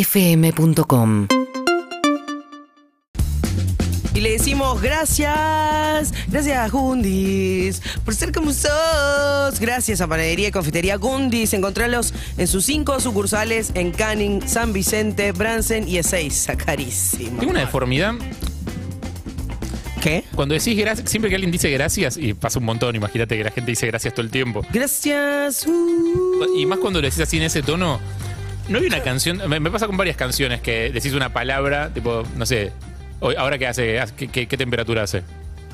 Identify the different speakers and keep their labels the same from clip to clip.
Speaker 1: urbanaplayfm.com
Speaker 2: Y le decimos gracias, gracias Gundis por ser como sos. Gracias a Panadería y Confitería Gundis. Encontralos en sus cinco sucursales en Canning, San Vicente, Bransen y Ezeiza. Carísimo.
Speaker 3: Tengo una deformidad.
Speaker 2: ¿Qué?
Speaker 3: Cuando decís gracias, siempre que alguien dice gracias, y pasa un montón, imagínate que la gente dice gracias todo el tiempo.
Speaker 2: Gracias. uh.
Speaker 3: Y más cuando lo decís así en ese tono, no hay una canción. Me, me pasa con varias canciones que decís una palabra, tipo, no sé, hoy, ahora qué hace, Ah, qué, qué- qué temperatura hace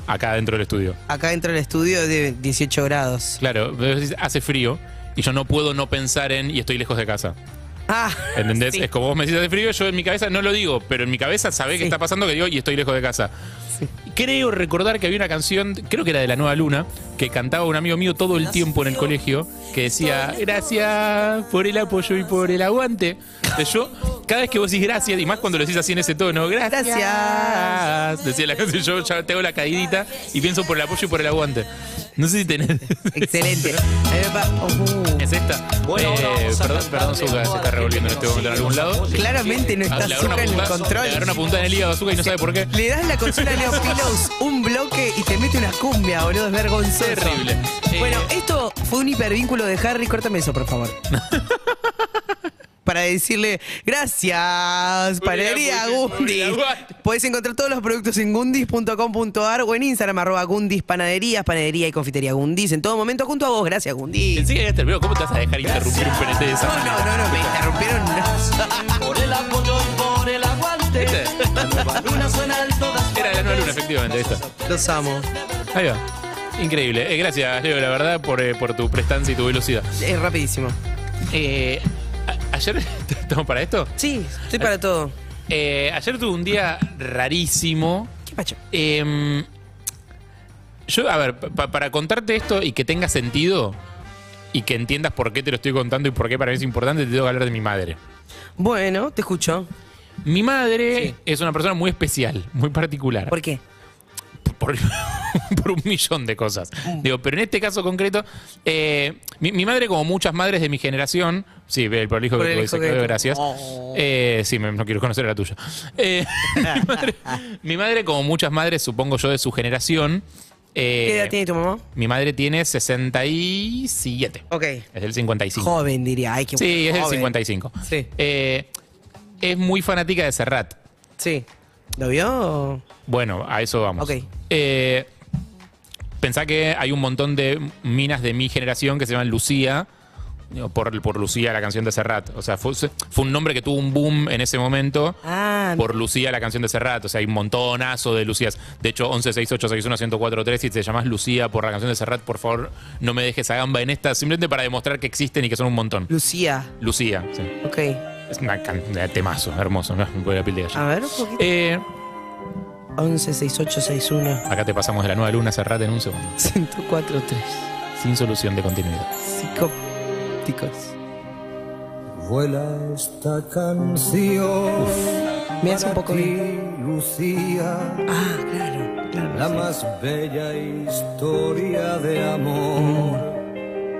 Speaker 3: acá dentro del estudio.
Speaker 2: Acá dentro del estudio de 18 grados.
Speaker 3: Claro, pero decís, hace frío y yo no puedo no pensar en y estoy lejos de casa.
Speaker 2: Ah,
Speaker 3: ¿Entendés?
Speaker 2: sí,
Speaker 3: Es como vos me decís hace frío, yo en mi cabeza no lo digo, pero en mi cabeza sabés
Speaker 2: Sí.
Speaker 3: que está pasando que digo y estoy lejos de casa.
Speaker 2: sí.
Speaker 3: Creo recordar que había una canción, creo que era de La Nueva Luna, que cantaba un amigo mío todo el tiempo en el colegio, que decía, gracias por el apoyo y por el aguante. Entonces yo, cada vez que vos decís gracias, y más cuando lo decís así en ese tono, gracias,
Speaker 2: Gracias.
Speaker 3: decía la canción, yo ya tengo la caidita y pienso por el apoyo y por el aguante. No sé si tenés...
Speaker 2: Excelente. A mí me pa- uh.
Speaker 3: es esta. Eh, perdón, perdón, Zuka, se está revolviendo en este momento en algún lado.
Speaker 2: Claramente no
Speaker 3: Ah,
Speaker 2: está
Speaker 3: le agarró una
Speaker 2: Zucca en el
Speaker 3: puntada-
Speaker 2: control.
Speaker 3: Le agarró una puntada en el hígado a Zucca y no sabe por qué.
Speaker 2: Le das la consola a Leo Pilos un bloque y te mete una cumbia, boludo. Es vergonzoso.
Speaker 3: Terrible. Eh,
Speaker 2: Bueno, esto fue un hipervínculo de Harry. Córtame eso, por favor. Para decirle gracias, panadería
Speaker 3: apoyo, por
Speaker 2: Gundis.
Speaker 3: el aguante.
Speaker 2: Podés encontrar todos los productos en gundis.com.ar o en Instagram, arroba Gundis Panaderías, Panadería y Confitería Gundis. En todo momento, junto a vos. Gracias, Gundis.
Speaker 3: Encima que ya terminó, ¿cómo te vas a dejar interrumpir un PNT de esa
Speaker 2: No,
Speaker 3: manera?
Speaker 2: no, no, no, me interrumpieron. no.
Speaker 4: Por el apoyo y por el aguante.
Speaker 3: ¿Viste?
Speaker 4: La nueva luna suena en todas
Speaker 3: Era la nueva luna, efectivamente, esta.
Speaker 2: Los amo.
Speaker 3: Ahí va. Increíble. Eh, gracias, Leo, la verdad, por, eh, por tu prestancia y tu velocidad.
Speaker 2: Es rapidísimo.
Speaker 3: Eh, a- ayer, ¿estamos para esto?
Speaker 2: Sí, estoy para todo.
Speaker 3: Eh, ayer tuve un día rarísimo.
Speaker 2: ¿Qué pacho?
Speaker 3: Em, yo, a ver, pa- para contarte esto y que tenga sentido y que entiendas por qué te lo estoy contando y por qué para mí es importante, te tengo que hablar de mi madre.
Speaker 2: Bueno, te escucho.
Speaker 3: Mi madre es una persona muy especial, muy particular.
Speaker 2: ¿Por qué?
Speaker 3: por, por un millón de cosas.
Speaker 2: Mm.
Speaker 3: Digo, pero en este caso concreto, eh, mi, mi madre, como muchas madres de mi generación, sí, el prolijo
Speaker 2: Por
Speaker 3: que
Speaker 2: el
Speaker 3: tuve, se
Speaker 2: hijo que-
Speaker 3: quedó, gracias.
Speaker 2: Oh.
Speaker 3: Eh, sí, me- no quiero conocer a la tuya. Eh, mi, madre, mi madre, como muchas madres, supongo yo, de su generación. eh,
Speaker 2: ¿Qué edad tiene tu mamá?
Speaker 3: Mi madre tiene 67.
Speaker 2: Ok.
Speaker 3: Es del 55.
Speaker 2: Joven, diría. Ay, qué
Speaker 3: sí, es del
Speaker 2: joven.
Speaker 3: 55.
Speaker 2: Sí.
Speaker 3: Eh, es muy fanática de Serrat.
Speaker 2: Sí. ¿Lo vio?
Speaker 3: Bueno, a eso vamos.
Speaker 2: Ok.
Speaker 3: Eh, pensá que hay un montón de minas de mi generación que se llaman Lucía, digo, por, por Lucía, la canción de Serrat. O sea, fue, fue un nombre que tuvo un boom en ese momento.
Speaker 2: Ah,
Speaker 3: Por Lucía, la canción de Serrat. O sea, hay un montonazo de Lucías. De hecho, 1168611043. Si te llamas Lucía por la canción de Serrat, por favor, no me dejes a gamba en esta. Simplemente para demostrar que existen y que son un montón.
Speaker 2: Lucía.
Speaker 3: Lucía, sí.
Speaker 2: Ok.
Speaker 3: Es una cantidad de temazo, hermoso, ¿no? Me pone la piel de gallina.
Speaker 2: A ver, un poquito.
Speaker 3: Eh,
Speaker 2: 116861
Speaker 3: acá te pasamos de la nueva luna a Serrat en un segundo.
Speaker 2: 1043.
Speaker 3: sin solución de continuidad.
Speaker 2: Psicópticos.
Speaker 5: Vuela esta canción.
Speaker 2: Me hace un poco
Speaker 5: Para ti,
Speaker 2: bien.
Speaker 5: Lucía,
Speaker 2: Ah, claro,
Speaker 5: la
Speaker 2: claro.
Speaker 5: más bella historia de amor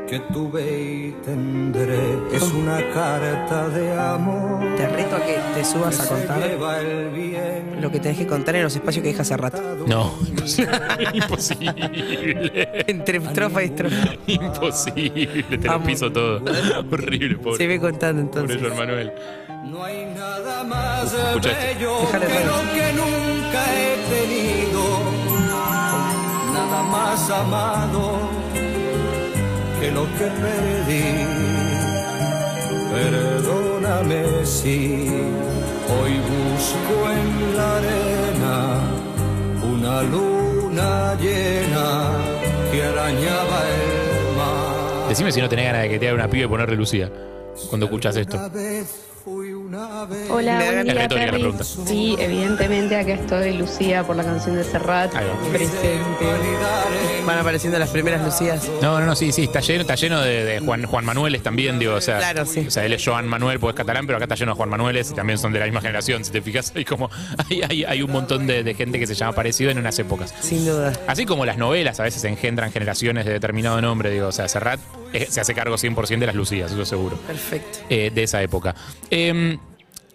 Speaker 5: que tuve y tendré. Es una carta de amor.
Speaker 2: Te reto a que te subas a
Speaker 5: Se
Speaker 2: contar
Speaker 5: lleva el bien.
Speaker 2: lo que tenés que contar en los espacios que dejas hace rato.
Speaker 3: No, imposible.
Speaker 2: Entre estrofa y estrofa.
Speaker 3: imposible, te lo
Speaker 2: Amo.
Speaker 3: piso todo. Horrible,
Speaker 2: Se
Speaker 3: pobre.
Speaker 2: ve contando
Speaker 3: Pobre
Speaker 2: entonces.
Speaker 3: Juan Manuel.
Speaker 5: No hay nada más
Speaker 3: escucha
Speaker 5: bello
Speaker 2: Déjale
Speaker 5: que
Speaker 2: ver.
Speaker 5: lo que nunca he tenido, nada más amado que lo que perdí. Perdóname si hoy busco en la arena una luna llena que arañaba el mar.
Speaker 3: Decime si no tenés ganas de que te haga una piba y ponerle Lucía cuando escuchas esto.
Speaker 5: Una vez fui una vez.
Speaker 6: Hola,
Speaker 2: Me
Speaker 6: buen
Speaker 2: hagan-
Speaker 3: Es
Speaker 6: día,
Speaker 3: retórica la
Speaker 6: Perry.
Speaker 3: pregunta.
Speaker 6: Sí, evidentemente acá estoy Lucía por la canción de Serrat.
Speaker 3: Ahí va.
Speaker 6: Presente.
Speaker 2: Van apareciendo las primeras Lucías.
Speaker 3: No, no, no, sí, sí, está lleno, está lleno de, de Juan, Juan Manueles también, digo, o sea,
Speaker 2: Claro, sí.
Speaker 3: o sea, él es Joan Manuel, pues es catalán, pero acá está lleno de Juan Manueles y también son de la misma generación, si te fijas, hay como, hay, hay- hay un montón de, de gente que se llama parecido en unas épocas.
Speaker 2: Sin duda.
Speaker 3: Así como las novelas a veces engendran generaciones de determinado nombre, digo, o sea, Serrat eh, se hace cargo 100% de las Lucías, eso seguro.
Speaker 2: Perfecto.
Speaker 3: eh, de esa época. Em,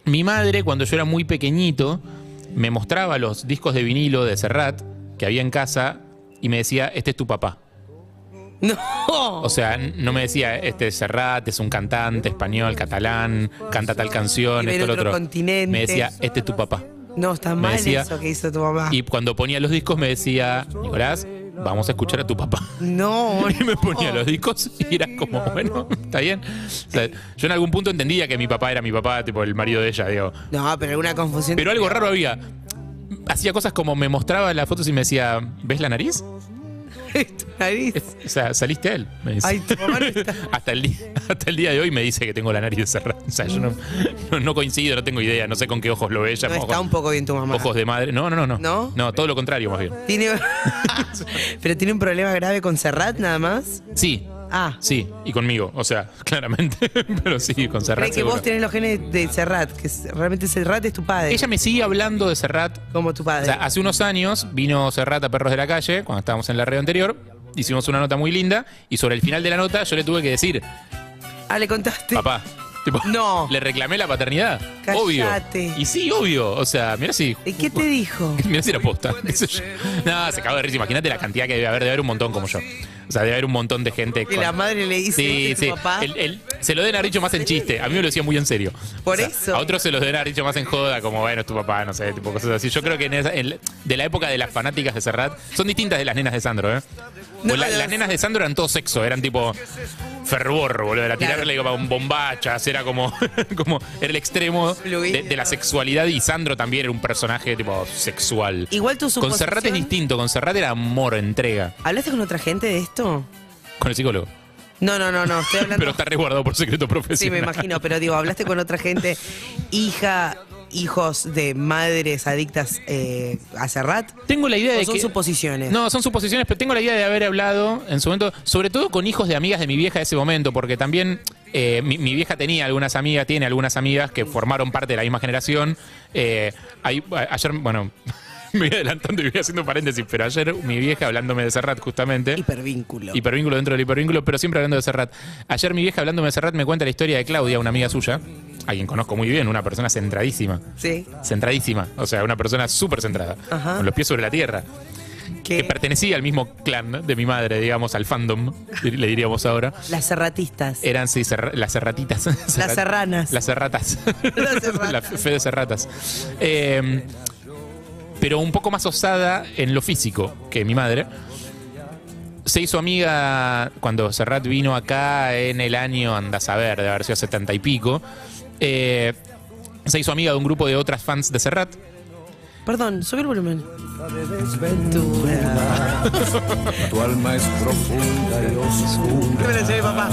Speaker 3: mi madre, cuando yo era muy pequeñito, me mostraba los discos de vinilo de Serrat que había en casa y me decía, este es tu papá.
Speaker 2: No.
Speaker 3: O sea, n- no me decía, este es Serrat, es un cantante español, catalán, canta tal canción,
Speaker 2: Vive en
Speaker 3: esto, lo
Speaker 2: otro
Speaker 3: otro.
Speaker 2: continente.
Speaker 3: Me decía, este es tu papá.
Speaker 2: No, está
Speaker 3: me
Speaker 2: mal
Speaker 3: decía-
Speaker 2: eso que hizo tu mamá.
Speaker 3: Y cuando ponía los discos me decía, Nicolás, vamos a escuchar a tu papá.
Speaker 2: No.
Speaker 3: Y me ponía los discos y era como, bueno, está bien. O sea, yo en algún punto entendía que mi papá era mi papá, tipo el marido de ella, digo.
Speaker 2: No, pero alguna confusión.
Speaker 3: Pero algo raro había. Hacía cosas como me mostraba las fotos y me decía, ¿ves la nariz?
Speaker 2: Tu nariz.
Speaker 3: Es- o sea, saliste a él. Me dice.
Speaker 2: Ay, tu mamá no está.
Speaker 3: hasta, el día, hasta el día de hoy me dice que tengo la nariz cerrada. O sea, yo no, no- no coincido, no tengo idea, no sé con qué ojos lo ve ella.
Speaker 2: No
Speaker 3: ojos,
Speaker 2: está un poco bien tu mamá.
Speaker 3: ojos de madre. No, no, no, no.
Speaker 2: ¿No?
Speaker 3: todo lo contrario, más bien.
Speaker 2: Tiene... pero tiene un problema grave con Serrat nada más.
Speaker 3: Sí,
Speaker 2: Ah.
Speaker 3: sí, y conmigo, o sea, claramente. Pero sí, con Serrat.
Speaker 2: Cree que vos
Speaker 3: seguro.
Speaker 2: tenés los genes de Serrat, que es- realmente Serrat es tu padre.
Speaker 3: Ella me sigue hablando de Serrat
Speaker 2: Como tu
Speaker 3: O
Speaker 2: padre.
Speaker 3: sea, hace unos años vino Serrat a Perros de la Calle, cuando estábamos en la red anterior, hicimos una nota muy linda, y sobre el final de la nota yo le tuve que decir,
Speaker 2: ah, le contaste.
Speaker 3: papá, tipo,
Speaker 2: No.
Speaker 3: le reclamé la paternidad.
Speaker 2: Cállate.
Speaker 3: Obvio. Y sí, obvio. O sea, mira si.
Speaker 2: ¿Y qué te dijo?
Speaker 3: Mira si era posta. qué sé yo. No, se acabó de risa. Imagínate la cantidad que debe haber, debe haber un montón como yo. O sea, debe haber un montón de gente.
Speaker 2: Que la madre le dice,
Speaker 3: Sí,
Speaker 2: "Este
Speaker 3: sí.
Speaker 2: es tu papá".
Speaker 3: El- el- se lo deben haber dicho más en chiste. A mí me lo decía muy en serio.
Speaker 2: Por eso.
Speaker 3: A otros se los deben haber dicho más en joda, como bueno, es tu papá, no sé, tipo cosas así. Yo creo que en esa- en- de la época de las fanáticas de Serrat son distintas de las nenas de Sandro, ¿eh?
Speaker 2: No,
Speaker 3: Pues la-
Speaker 2: no,
Speaker 3: las
Speaker 2: no.
Speaker 3: nenas de Sandro eran todo sexo, eran tipo fervor, boludo. Era
Speaker 2: Claro.
Speaker 3: tirarle como un bombachas, era como, como era el extremo de, de la sexualidad. Y Sandro también era un personaje tipo sexual.
Speaker 2: Igual tu
Speaker 3: Con
Speaker 2: suposición...
Speaker 3: Serrat es distinto, con Serrat era amor, entrega,
Speaker 2: ¿Hablaste con otra gente de esto?
Speaker 3: con el psicólogo.
Speaker 2: No, no, no, no. Estoy hablando
Speaker 3: Pero está resguardado por secreto profesional.
Speaker 2: Sí, me imagino, pero digo, hablaste con otra gente, hija, hijos de madres adictas eh, a Serrat.
Speaker 3: Tengo la idea
Speaker 2: ¿O
Speaker 3: de
Speaker 2: son
Speaker 3: que.
Speaker 2: suposiciones?
Speaker 3: No, son suposiciones, pero tengo la idea de haber hablado en su momento, sobre todo con hijos de amigas de mi vieja de ese momento, porque también eh, mi, mi vieja tenía algunas amigas, tiene algunas amigas que formaron parte de la misma generación. Eh, hay- a- ayer, bueno, me voy adelantando y voy haciendo paréntesis, pero ayer mi vieja hablándome de Serrat justamente.
Speaker 2: Hipervínculo.
Speaker 3: Hipervínculo dentro del hipervínculo, pero siempre hablando de Serrat. Ayer mi vieja hablándome de Serrat me cuenta la historia de Claudia, una amiga suya, a quien conozco muy bien, una persona centradísima.
Speaker 2: Sí.
Speaker 3: Centradísima, o sea, una persona súper centrada,
Speaker 2: Ajá.
Speaker 3: con los pies sobre la tierra que
Speaker 2: Que
Speaker 3: pertenecía al mismo clan de mi madre, digamos, al fandom, dir- le diríamos ahora.
Speaker 2: las serratistas.
Speaker 3: Eran sí, serra- las serratitas. Eh, Serrat-
Speaker 2: serranas.
Speaker 3: Las serratas.
Speaker 2: Las serratas.
Speaker 3: La fe fe de serratas. Eh, pero un poco más osada en lo físico que mi madre. Se hizo amiga cuando Serrat vino acá en el año, anda a saber, de haber sido setenta y pico. Eh, se hizo amiga de un grupo de otras fans de Serrat.
Speaker 2: Perdón, sube el volumen.
Speaker 5: Tu alma es profunda y oscura.
Speaker 2: papá.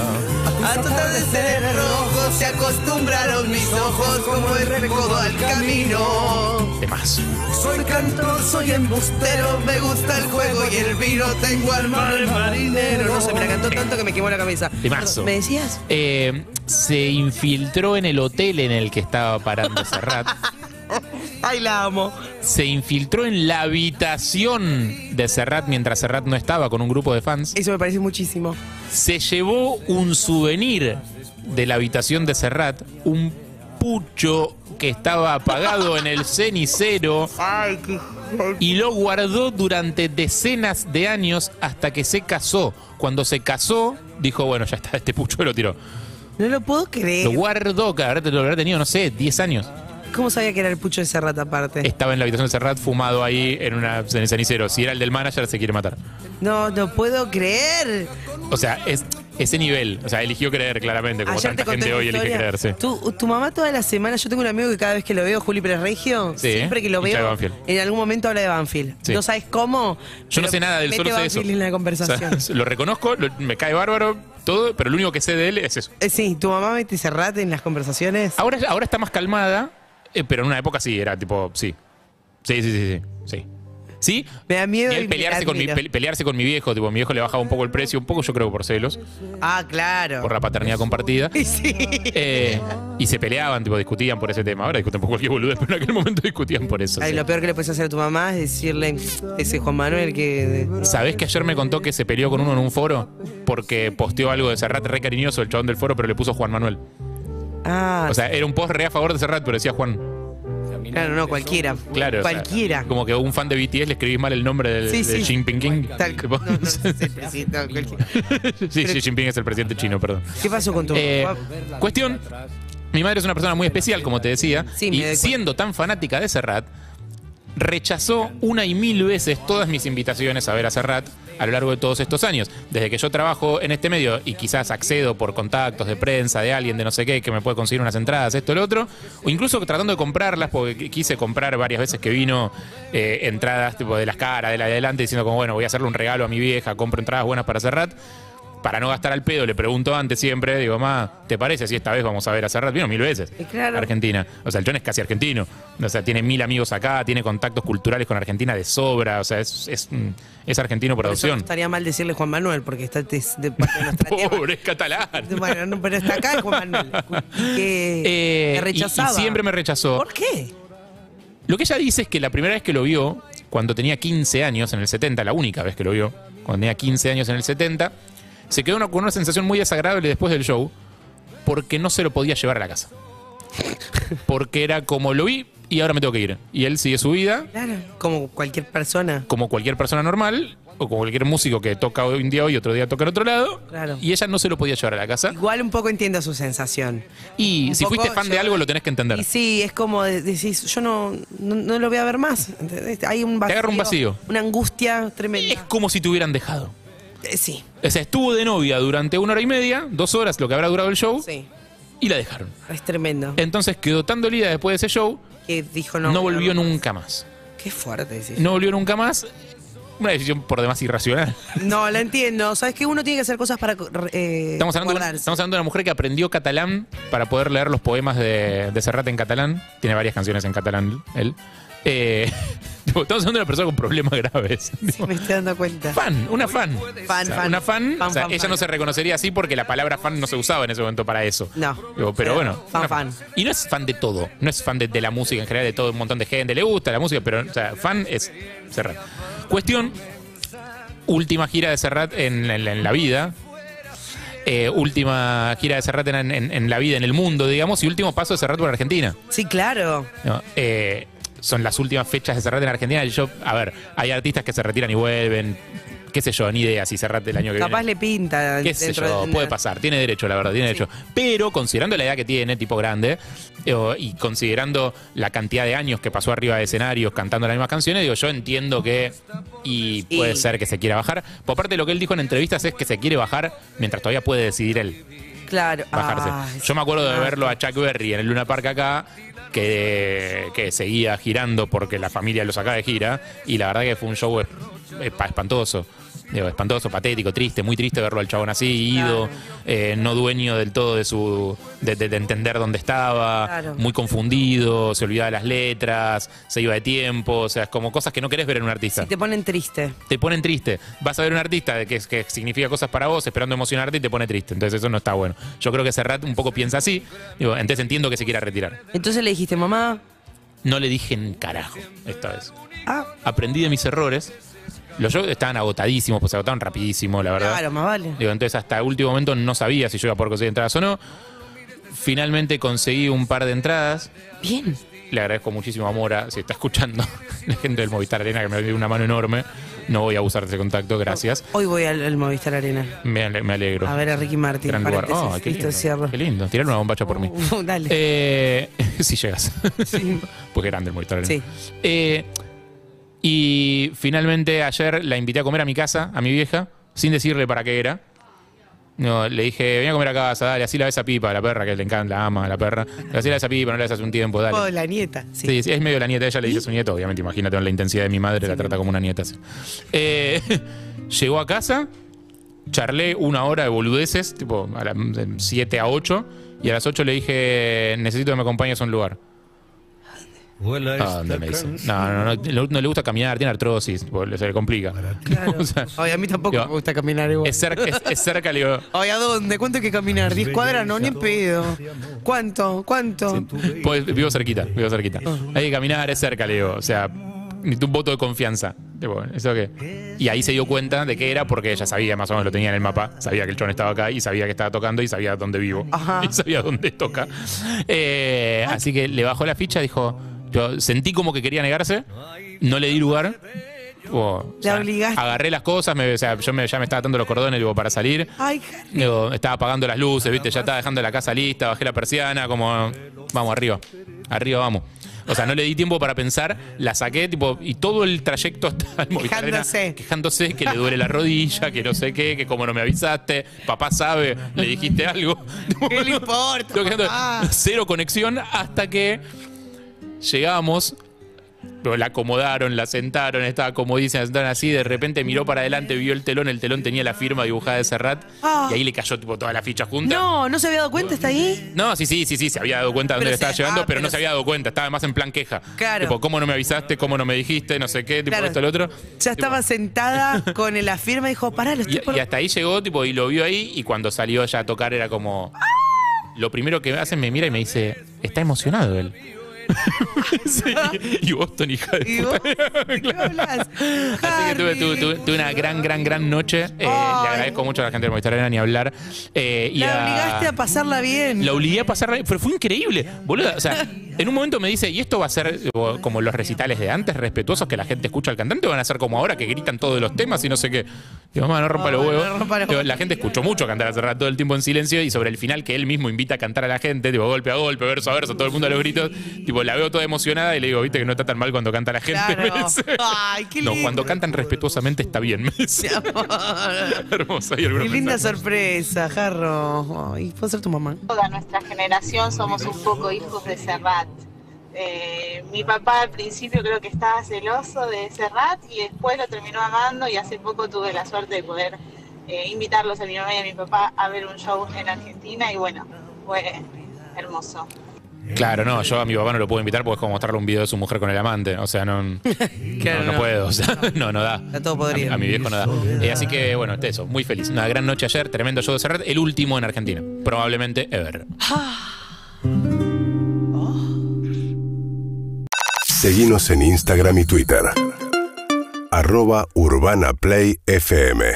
Speaker 2: A tratar de ser rojo se acostumbraron mis ojos como el recodo al camino.
Speaker 3: De más.
Speaker 2: Soy cantor, soy embustero, me gusta el juego y el vino, tengo al mal marinero. No sé, me la cantó tanto que me quemó la cabeza.
Speaker 3: Temazo.
Speaker 2: ¿Me decías?
Speaker 3: Eh, se infiltró en el hotel en el que estaba parando Serrat.
Speaker 2: Ay, la amo.
Speaker 3: Se infiltró en la habitación de Serrat mientras Serrat no estaba con un grupo de fans.
Speaker 2: Eso me parece muchísimo.
Speaker 3: Se llevó un souvenir de la habitación de Serrat, un pucho que estaba apagado en el cenicero y lo guardó durante decenas de años hasta que se casó. Cuando se casó, dijo, bueno, ya está, este pucho lo tiró.
Speaker 2: No lo puedo creer.
Speaker 3: Lo guardó, que habrá- lo habrá tenido, no sé, 10 años.
Speaker 2: ¿Cómo sabía que era el pucho de Serrat aparte?
Speaker 3: Estaba en la habitación de Serrat fumado ahí en una en el cenicero. Si era el del manager, se quiere matar.
Speaker 2: No, no puedo creer.
Speaker 3: O sea, es ese nivel. O sea, eligió creer claramente, como
Speaker 2: Ayer te
Speaker 3: tanta
Speaker 2: conté
Speaker 3: gente
Speaker 2: esta
Speaker 3: hoy elige
Speaker 2: historia.
Speaker 3: creer, sí.
Speaker 2: Tu, tu mamá toda la semana, yo tengo un amigo que cada vez que lo veo, Juli Pérez Regio,
Speaker 3: Sí,
Speaker 2: siempre que lo
Speaker 3: hincha de
Speaker 2: veo,
Speaker 3: Banfield.
Speaker 2: en algún momento habla de Banfield.
Speaker 3: Sí.
Speaker 2: No sabes cómo.
Speaker 3: Yo
Speaker 2: pero
Speaker 3: no sé nada del
Speaker 2: mete
Speaker 3: solo sé eso.
Speaker 2: Banfield en la conversación.
Speaker 3: O sea, lo reconozco, lo- me cae bárbaro, todo, pero lo único que sé de él es eso.
Speaker 2: Eh, sí, tu mamá mete Serrat en las conversaciones.
Speaker 3: Ahora, ahora está más calmada, eh, pero en una época sí, era tipo, sí. Sí, sí, sí, sí. sí. ¿Sí?
Speaker 2: Me da miedo
Speaker 3: Y él
Speaker 2: y me
Speaker 3: pelearse con, mi,
Speaker 2: admiro.
Speaker 3: pe- pelearse con mi viejo, tipo, mi viejo le bajaba un poco el precio, un poco yo creo por celos,
Speaker 2: Ah, claro.
Speaker 3: por la paternidad compartida.
Speaker 2: Y sí.
Speaker 3: Eh, y se peleaban, tipo, discutían por ese tema. Ahora discuten por cualquier boludez, pero en aquel momento discutían por eso.
Speaker 2: Ay,
Speaker 3: sí.
Speaker 2: lo peor que le puedes hacer a tu mamá es decirle ese Juan Manuel que.
Speaker 3: ¿Sabés que ayer me contó que se peleó con uno en un foro? Porque posteó algo de Serrat re cariñoso, el chabón del foro, pero le puso Juan Manuel.
Speaker 2: Ah,
Speaker 3: O sea, era un post re a favor de Serrat, pero decía Juan.
Speaker 2: claro, no, cualquiera.
Speaker 3: Claro. o sea,
Speaker 2: Cualquiera.
Speaker 3: como que un fan de BTS le escribís mal el nombre del,
Speaker 2: Sí,
Speaker 3: de
Speaker 2: sí.
Speaker 3: Xi Jinping.
Speaker 2: Tal-
Speaker 3: Tipo,
Speaker 2: no, no, sí, sí, no, cualquiera.
Speaker 3: sí, Xi Jinping es el presidente chino, perdón.
Speaker 2: ¿Qué pasó con tu
Speaker 3: Eh,
Speaker 2: papá?
Speaker 3: cuestión. Mi madre es una persona muy especial, como te decía.
Speaker 2: Sí, me doy
Speaker 3: y
Speaker 2: cuenta.
Speaker 3: siendo tan fanática de Serrat, rechazó una y mil veces todas mis invitaciones a ver a Serrat a lo largo de todos estos años. Desde que yo trabajo en este medio y quizás accedo por contactos de prensa, de alguien, de no sé qué, que me puede conseguir unas entradas, esto, lo otro, o incluso tratando de comprarlas, porque qu- quise comprar varias veces que vino eh, entradas tipo de las caras, de la de adelante, diciendo como, bueno, voy a hacerle un regalo a mi vieja, compro entradas buenas para Serrat. Para no gastar al pedo, le pregunto antes siempre, digo, ma, ¿te parece si esta vez vamos a ver a Serrat? Vino mil veces.
Speaker 2: Y claro.
Speaker 3: Argentina. O sea, el John es casi argentino. O sea, tiene mil amigos acá, tiene contactos culturales con Argentina de sobra. O sea, es, es, mm, es argentino por
Speaker 2: Por eso no
Speaker 3: adopción.
Speaker 2: estaría mal decirle Juan Manuel, porque está de, de parte de nuestra tierra.
Speaker 3: Pobre, es catalán.
Speaker 2: Bueno, no, pero está acá Juan Manuel. Que
Speaker 3: Eh,
Speaker 2: te rechazaba.
Speaker 3: Y, y siempre me rechazó.
Speaker 2: ¿Por qué?
Speaker 3: Lo que ella dice es que la primera vez que lo vio, cuando tenía 15 años en el 70, la única vez que lo vio, cuando tenía 15 años en el 70, se quedó una- con una sensación muy desagradable después del show, porque no se lo podía llevar a la casa. Porque era como lo vi y ahora me tengo que ir. Y él sigue su vida,
Speaker 2: Claro, como cualquier persona.
Speaker 3: como cualquier persona normal, o como cualquier músico que toca hoy un día hoy, otro día toca en otro lado,
Speaker 2: Claro.
Speaker 3: y ella no se lo podía llevar a la casa.
Speaker 2: Igual un poco entiendo su sensación.
Speaker 3: Y
Speaker 2: Un
Speaker 3: si
Speaker 2: poco
Speaker 3: fuiste fan de
Speaker 2: yo-
Speaker 3: algo, lo tenés que entender.
Speaker 2: Y sí, es como de- decís, yo no, no, no lo voy a ver más. ¿entendés? Hay un vacío.
Speaker 3: agarra un vacío.
Speaker 2: Una angustia
Speaker 3: Es
Speaker 2: tremenda.
Speaker 3: como si te hubieran dejado.
Speaker 2: Eh, sí,
Speaker 3: O sea, estuvo de novia durante una hora y media, dos horas, lo que habrá durado el show,
Speaker 2: sí.
Speaker 3: y la dejaron.
Speaker 2: Es tremendo.
Speaker 3: Entonces quedó tan dolida después de ese show,
Speaker 2: Que dijo no.
Speaker 3: Eh, no volvió nunca más.
Speaker 2: Qué fuerte decís.
Speaker 3: No volvió nunca más. Una decisión por demás irracional.
Speaker 2: No, la entiendo. Sabes que uno tiene que hacer cosas para eh,
Speaker 3: Estamos hablando, de una,
Speaker 2: guardarse.
Speaker 3: estamos hablando de una mujer que aprendió catalán para poder leer los poemas de, de Serrat en catalán. Tiene varias canciones en catalán él. Eh, tipo, estamos hablando de una persona con problemas graves. Tipo,
Speaker 2: Me estoy dando cuenta.
Speaker 3: Fan, una fan.
Speaker 2: Fan,
Speaker 3: O sea,
Speaker 2: fan.
Speaker 3: Una fan.
Speaker 2: Fan,
Speaker 3: o sea,
Speaker 2: fan,
Speaker 3: ella
Speaker 2: fan.
Speaker 3: no se reconocería así porque la palabra fan no se usaba en ese momento para eso.
Speaker 2: No.
Speaker 3: Digo, pero
Speaker 2: Pero
Speaker 3: bueno.
Speaker 2: fan,
Speaker 3: una
Speaker 2: fan.
Speaker 3: Y no es fan de todo. No es fan de, de la música en general, de todo un montón de gente. Le gusta la música, pero o sea, fan es Serrat. Cuestión. Última gira de Serrat en, en- en la vida. Eh, última gira de Serrat en, en- en la vida, en el mundo, digamos. Y último paso de Serrat por Argentina.
Speaker 2: Sí, claro.
Speaker 3: ¿no? Eh, son las últimas fechas de Serrat en Argentina. Y Yo, a ver, hay artistas que se retiran y vuelven. Qué sé yo, ni idea si Serrat del año que
Speaker 2: Capaz
Speaker 3: viene.
Speaker 2: le pinta.
Speaker 3: Qué sé
Speaker 2: dentro
Speaker 3: yo,
Speaker 2: de-
Speaker 3: puede pasar, tiene derecho, la verdad, tiene derecho. Pero considerando la edad que tiene, tipo grande, eh, o- y considerando la cantidad de años que pasó arriba de escenarios cantando las mismas canciones, digo, yo entiendo que. Y puede
Speaker 2: Y-
Speaker 3: ser que se quiera bajar. Por parte, lo que él dijo en entrevistas es que se quiere bajar mientras todavía puede decidir él
Speaker 2: Claro.
Speaker 3: bajarse.
Speaker 2: Ay,
Speaker 3: Yo me acuerdo de
Speaker 2: ah,
Speaker 3: verlo a Chuck Berry en el Luna Park acá, que, que seguía girando porque la familia lo sacaba de gira, y la verdad que fue un show esp- esp- espantoso. Digo, espantoso, patético, triste, muy triste verlo al chabón así, ido, eh, no dueño del todo de su de, de- de entender dónde estaba,
Speaker 2: Claro.
Speaker 3: muy confundido, se olvidaba de las letras, se iba de tiempo, o sea, es como cosas que no querés ver en un artista
Speaker 2: Y te ponen triste.
Speaker 3: te ponen triste. Vas a ver un artista de que, que significa cosas para vos, esperando emocionarte y te pone triste. Entonces eso no está bueno. Yo creo que Serrat un poco piensa así. Digo, entonces entiendo que se quiera retirar.
Speaker 2: Entonces le dijiste, mamá.
Speaker 3: No le dije en carajo esta vez.
Speaker 2: Ah,
Speaker 3: Aprendí de mis errores. Los shows estaban agotadísimos, pues se agotaron rapidísimo, la verdad.
Speaker 2: claro, más vale.
Speaker 3: Digo, entonces hasta último momento no sabía si yo iba a poder conseguir entradas o no. Finalmente conseguí un par de entradas.
Speaker 2: Bien.
Speaker 3: Le agradezco muchísimo a Mora, si está escuchando, la gente del Movistar Arena que me dio una mano enorme. No voy a abusar de ese contacto, gracias.
Speaker 2: Hoy voy al, al Movistar Arena
Speaker 3: Me, ale- me alegro.
Speaker 2: a ver a Ricky Martin.
Speaker 3: Gran lugar.
Speaker 2: paréntesis,
Speaker 3: Oh, qué
Speaker 2: listo,
Speaker 3: lindo.
Speaker 2: cierro.
Speaker 3: Qué lindo. Tirar una bombacha por mí.
Speaker 2: Uh, dale.
Speaker 3: Eh, si llegas.
Speaker 2: Sí.
Speaker 3: pues grande el monitor. ¿no?
Speaker 2: Sí.
Speaker 3: Eh, y finalmente ayer la invité a comer a mi casa, a mi vieja, sin decirle para qué era. No, le dije, ven a comer a casa, dale, así la ves a Pipa, la perra, que le encanta, la ama, la perra. Así la ves a Pipa, no la ves hace un tiempo, dale.
Speaker 2: Oh, la nieta. Sí.
Speaker 3: Sí, sí, es medio la nieta, ella le dice a su nieto, obviamente, imagínate la intensidad de mi madre, la trata como una nieta. sí. Eh, llegó a casa, charlé una hora de boludeces, tipo a las 7 a 8, y a las 8 le dije, necesito que me acompañes a un lugar.
Speaker 5: Vuela
Speaker 3: ¿A Ah, dónde
Speaker 5: esta
Speaker 3: me dicen?
Speaker 5: canción.
Speaker 3: No, no, no, no, no le gusta caminar, tiene artrosis, boludo, se le complica.
Speaker 2: Claro.
Speaker 3: O sea,
Speaker 2: Ay, a mí tampoco
Speaker 3: Yo-
Speaker 2: me gusta caminar igual.
Speaker 3: es cerca, es, es cerca, le digo,
Speaker 2: Ay, ¿a dónde? ¿Cuánto hay que caminar? ¿10 cuadras? No, ni en pedo. ¿Cuánto? ¿Cuánto?
Speaker 3: pues, vivo cerquita, vivo cerquita. Hay que caminar, es cerca, le digo, o sea, necesito un voto de confianza. Tipo, ¿eso qué? Y ahí se dio cuenta de qué era porque ella sabía, más o menos lo tenía en el mapa, sabía que el chon estaba acá y sabía que estaba tocando y sabía dónde vivo.
Speaker 2: Ajá.
Speaker 3: Y sabía dónde toca. Eh, así que le bajó la ficha, dijo, yo sentí como que quería negarse, no le di lugar. tipo, o sea,
Speaker 2: obligaste.
Speaker 3: Agarré las cosas, me- o sea, yo me- ya me estaba atando los cordones digo, para salir.
Speaker 2: Ay,
Speaker 3: Digo, estaba apagando las luces, viste, ya estaba dejando la casa lista, bajé la persiana, como vamos arriba, arriba vamos. O sea, no le di tiempo para pensar, la saqué, tipo, y todo el trayecto hasta el Movistar Arena,
Speaker 2: Quejándose.
Speaker 3: quejándose que le duele la rodilla, que no sé qué, que como no me avisaste, papá sabe, le dijiste algo.
Speaker 2: ¿Qué le importa,
Speaker 3: Yo quedando-
Speaker 2: papá?
Speaker 3: Cero conexión hasta que llegamos. pero La acomodaron, la sentaron, estaba comodísima, la sentaron así, de repente miró para adelante, vio el telón, el telón tenía la firma dibujada de Serrat,
Speaker 2: Ah.
Speaker 3: y ahí le cayó tipo toda la ficha junta.
Speaker 2: No, no se había dado cuenta, está ahí.
Speaker 3: No, sí, sí, sí, sí, se había dado cuenta de dónde
Speaker 2: Pero
Speaker 3: le estaba
Speaker 2: se-
Speaker 3: llevando,
Speaker 2: ah,
Speaker 3: pero, no
Speaker 2: pero
Speaker 3: se había dado cuenta, estaba más en plan queja.
Speaker 2: Claro.
Speaker 3: Tipo, ¿cómo no me avisaste? ¿Cómo no me dijiste? No sé qué, tipo
Speaker 2: Claro.
Speaker 3: esto, el otro.
Speaker 2: Ya estaba sentada con la firma y dijo, pará, lo estoy
Speaker 3: Y,
Speaker 2: por...
Speaker 3: y hasta ahí llegó, tipo, y lo vio ahí, y cuando salió ya a tocar era como. Lo primero que hacen me mira y me dice, está emocionado él. Sí, y Boston, hija de
Speaker 2: ¿Y
Speaker 3: puta.
Speaker 2: vos? ¿De qué hablas?
Speaker 3: Así que tuve, tuve- tuve- tuve una gran, gran, gran noche. Eh, le
Speaker 2: Ay.
Speaker 3: agradezco mucho a la gente de Movistar Arena ni hablar. Eh, y
Speaker 2: La
Speaker 3: a-
Speaker 2: obligaste a pasarla bien.
Speaker 3: la obligué a pasar, pero fue increíble, boludo. O sea, en un momento me dice, ¿y esto va a ser eh, o, como los recitales de antes, respetuosos, que la gente escucha al cantante? ¿O van a ser como ahora, que gritan todos los temas y no sé qué? Digo, mamá, no rompa los huevos.
Speaker 2: no rompa los
Speaker 3: Digo, la gente escuchó mucho cantar a Serrat todo el tiempo en silencio y sobre el final que él mismo invita a cantar a la gente, tipo, golpe a golpe, verso a verso, todo el mundo a los gritos. Tipo, la veo toda emocionada y le digo, viste que no está tan mal cuando canta la gente.
Speaker 2: Claro.
Speaker 3: Me dice.
Speaker 2: Ay, qué
Speaker 3: No,
Speaker 2: lindo.
Speaker 3: cuando cantan respetuosamente está bien, me dice. Hermosa. Y
Speaker 2: Qué linda sorpresa, Jarro. Ay, puedo ser tu mamá.
Speaker 1: Toda nuestra generación somos un poco hijos de Serrat. Eh, mi papá al principio creo que estaba celoso de Serrat y después lo terminó amando y hace poco tuve la suerte de poder eh, invitarlos a mi mamá y a mi papá a ver un show en Argentina y bueno, fue hermoso.
Speaker 3: Claro, no, yo a mi papá no lo puedo invitar porque es como mostrarle un video de su mujer con el amante. O sea, no, no,
Speaker 2: Claro,
Speaker 3: no
Speaker 2: no.
Speaker 3: puedo. o sea, no, no da.
Speaker 2: Está todo podrido.
Speaker 3: A, mi viejo no da. Eh, así que, bueno, eso, muy feliz. Una gran noche ayer, tremendo show de Serrat, el último en Argentina. Probablemente ever.
Speaker 7: Seguinos en Instagram y Twitter. Arroba Urbana Play FM